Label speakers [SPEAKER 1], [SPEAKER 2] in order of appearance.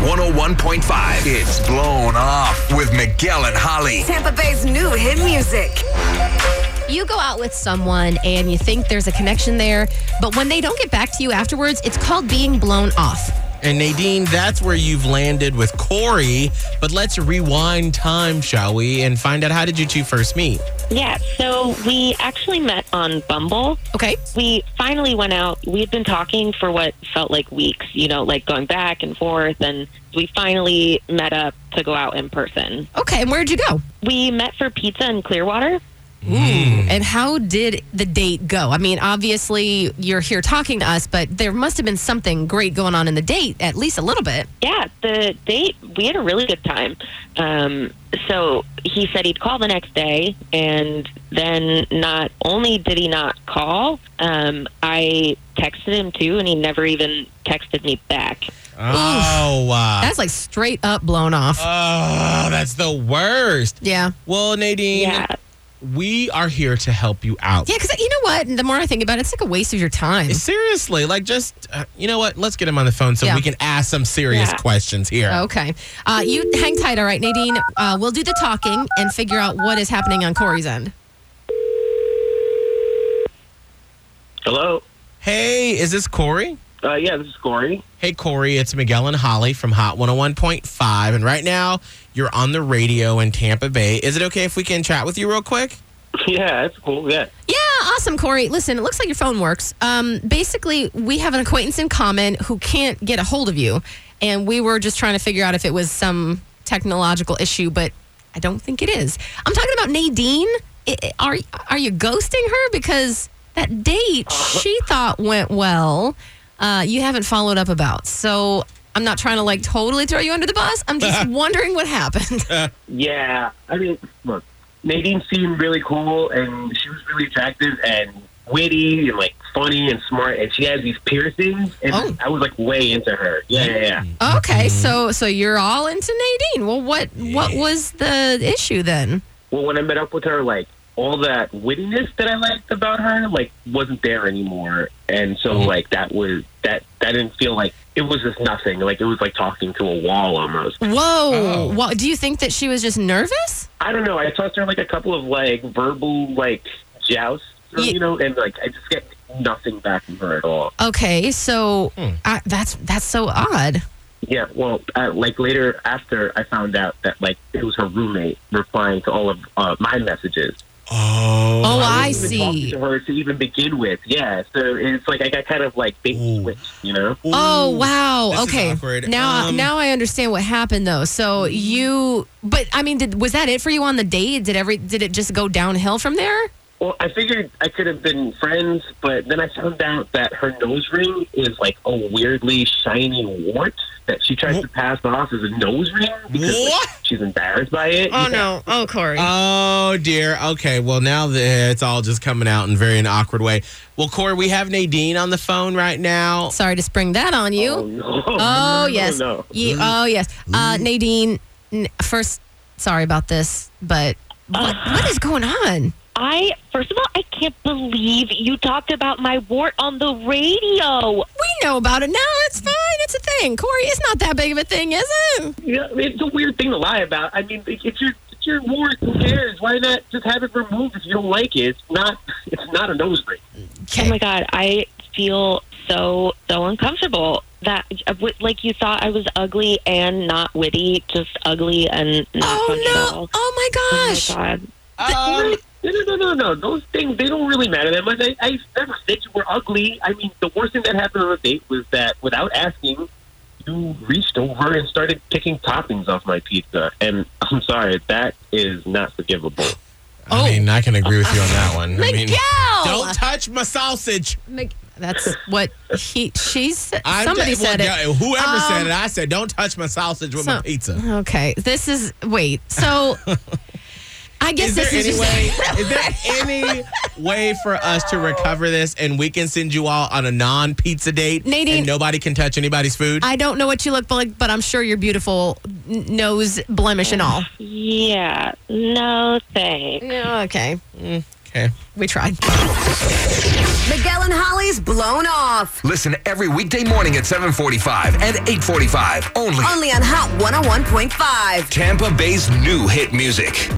[SPEAKER 1] 101.5. It's Blown Off with Miguel and Holly.
[SPEAKER 2] Tampa Bay's new hit music.
[SPEAKER 3] You go out with someone and you think there's a connection there, but when they don't get back to you afterwards, it's called being blown off.
[SPEAKER 4] And Nadine, that's where you've landed with Corey. But let's rewind time, shall we, and find out how did you two first meet?
[SPEAKER 5] Yeah, so we actually met on Bumble.
[SPEAKER 3] Okay.
[SPEAKER 5] We finally went out. We had been talking for what felt like weeks, you know, like going back and forth. And we finally met up to go out in person.
[SPEAKER 3] Okay. And where'd you go?
[SPEAKER 5] We met for pizza in Clearwater.
[SPEAKER 3] And how did the date go? I mean, obviously you're here talking to us, but there must have been something great going on in the date, at least a little bit.
[SPEAKER 5] Yeah, the date, we had a really good time. Um, so he said he'd call the next day. And then not only did he not call, um, I texted him too, and he never even texted me back.
[SPEAKER 4] Oh, wow.
[SPEAKER 3] That's like straight up blown off.
[SPEAKER 4] oh, that's the worst.
[SPEAKER 3] yeah.
[SPEAKER 4] Well, Nadine,
[SPEAKER 5] Yeah.
[SPEAKER 4] we are here to help you out.
[SPEAKER 3] Yeah, because you know what? The more I think about it, it's like a waste of your time.
[SPEAKER 4] Seriously, like just, uh, you know what? Let's get him on the phone so
[SPEAKER 3] Yeah.
[SPEAKER 4] we can ask some serious
[SPEAKER 5] Yeah.
[SPEAKER 4] questions here.
[SPEAKER 3] Okay. Uh, you hang tight, all right, Nadine. Uh, we'll do the talking and figure out what is happening on Corey's end.
[SPEAKER 6] Hello.
[SPEAKER 4] Hey, is this Corey?
[SPEAKER 6] Uh, yeah, this is Corey.
[SPEAKER 4] Hey, Corey, it's Miguel and Holly from Hot 101.5. And right now, you're on the radio in Tampa Bay. Is it okay if we can chat with you real quick?
[SPEAKER 6] Yeah, that's cool. Yeah.
[SPEAKER 3] Yeah, awesome, Corey. Listen, it looks like your phone works. Um, basically, we have an acquaintance in common who can't get a hold of you, and we were just trying to figure out if it was some technological issue, but I don't think it is. I'm talking about Nadine. I- I- are are you ghosting her because that date she thought went well, uh, you haven't followed up about? So I'm not trying to like totally throw you under the bus. I'm just wondering what happened.
[SPEAKER 6] Yeah. I mean, look, Nadine seemed really cool, and she was really attractive and witty and like funny and smart, and she has these piercings, and
[SPEAKER 3] Oh.
[SPEAKER 6] I was like way into her. Yeah, yeah, yeah.
[SPEAKER 3] Okay, so so you're all into Nadine. Well, what what was the issue then?
[SPEAKER 6] Well, when I met up with her, like all that wittiness that I liked about her, like wasn't there anymore, and so like that was that that didn't feel like it was just nothing. Like it was like talking to a wall almost.
[SPEAKER 3] Whoa! Wha- do you think that she was just nervous?
[SPEAKER 6] I don't know. I tossed her like a couple of like verbal like jousts, or,
[SPEAKER 3] Ye-
[SPEAKER 6] you know, and like I just get nothing back from her at all.
[SPEAKER 3] Okay, so I, that's that's so odd.
[SPEAKER 6] Yeah. Well, uh, like later after I found out that like it was her roommate replying to all of uh, my messages.
[SPEAKER 4] Oh.
[SPEAKER 3] Oh, I
[SPEAKER 6] wasn't even talking
[SPEAKER 3] see.
[SPEAKER 6] To her to even begin with, yeah. So it's like I got kind of like bait
[SPEAKER 4] Ooh.
[SPEAKER 6] and switched, you know.
[SPEAKER 3] Oh
[SPEAKER 4] this
[SPEAKER 3] wow!
[SPEAKER 4] is
[SPEAKER 3] Okay,
[SPEAKER 4] awkward.
[SPEAKER 3] now
[SPEAKER 4] Um,
[SPEAKER 3] now I understand what happened though. So you, but I mean, did was that it for you on the date? Did every did it just go downhill from there?
[SPEAKER 6] Well, I figured I could have been friends, but then I found out that her nose ring is like a weirdly shiny wart that she tries
[SPEAKER 4] Wh-
[SPEAKER 6] to pass off as a nose ring because like,
[SPEAKER 4] What?
[SPEAKER 6] she's embarrassed by it. Yeah.
[SPEAKER 3] no! Oh, Corey.
[SPEAKER 4] Oh dear. Okay. Well, now the, it's all just coming out in very an awkward way. Well, Corey, we have Nadine on the phone right now.
[SPEAKER 3] Sorry to spring that on you.
[SPEAKER 6] Oh, no.
[SPEAKER 3] Oh
[SPEAKER 6] No,
[SPEAKER 3] yes.
[SPEAKER 6] No.
[SPEAKER 3] Ye- oh yes. Uh, Nadine, n- first, sorry about this, but what, what is going on?
[SPEAKER 5] I, first of all, I can't believe you talked about my wart on the radio. Oh
[SPEAKER 3] We know about it now. It's fine. It's a thing. Corey, it's not that big of a thing, is it?
[SPEAKER 6] Yeah, it's a weird thing to lie about. I mean, it- it's your it's your wart. Who cares? Why not just have it removed if you don't like it? It's not it's not a nose ring.
[SPEAKER 5] Oh my
[SPEAKER 3] Okay.
[SPEAKER 5] god, I feel so so uncomfortable that uh, like you thought I was ugly and not witty, just ugly and not
[SPEAKER 3] Oh no!
[SPEAKER 5] functional.
[SPEAKER 3] Oh my gosh!
[SPEAKER 5] Oh my god.
[SPEAKER 4] Um,
[SPEAKER 6] No, no, no, no, no. Those things they don't really matter that much. I, I never said you were ugly. I mean, the worst thing that happened on a date was that without asking, you reached over and started picking toppings off my pizza. And I'm sorry, that is not forgivable.
[SPEAKER 3] Oh.
[SPEAKER 4] I mean, I can agree with you on that one. I mean,
[SPEAKER 3] Miguel!
[SPEAKER 4] don't touch my sausage.
[SPEAKER 3] Mig- that's what he. She's.
[SPEAKER 4] I'm
[SPEAKER 3] Somebody
[SPEAKER 4] just- well,
[SPEAKER 3] said it.
[SPEAKER 4] yeah, Whoever said
[SPEAKER 3] Um,
[SPEAKER 4] it, I said, don't touch my sausage with my
[SPEAKER 3] So-
[SPEAKER 4] pizza.
[SPEAKER 3] Okay. This is. Wait. So. I guess
[SPEAKER 4] Is there
[SPEAKER 3] this is
[SPEAKER 4] any
[SPEAKER 3] just-
[SPEAKER 4] way? Is there any way for us to recover this, and we can send you all on a non-pizza date,
[SPEAKER 3] Nadine-
[SPEAKER 4] and nobody can touch anybody's food?
[SPEAKER 3] I don't know what you look like, but I'm sure you're beautiful, n- nose blemish and all.
[SPEAKER 5] Yeah. No thanks.
[SPEAKER 3] Yeah, okay. Mm.
[SPEAKER 4] Okay.
[SPEAKER 3] We tried.
[SPEAKER 2] Miguel and Holly's blown off.
[SPEAKER 1] Listen every weekday morning at 745 and 845 only
[SPEAKER 2] Only on Hot 101.5.
[SPEAKER 1] Tampa Bay's new hit music.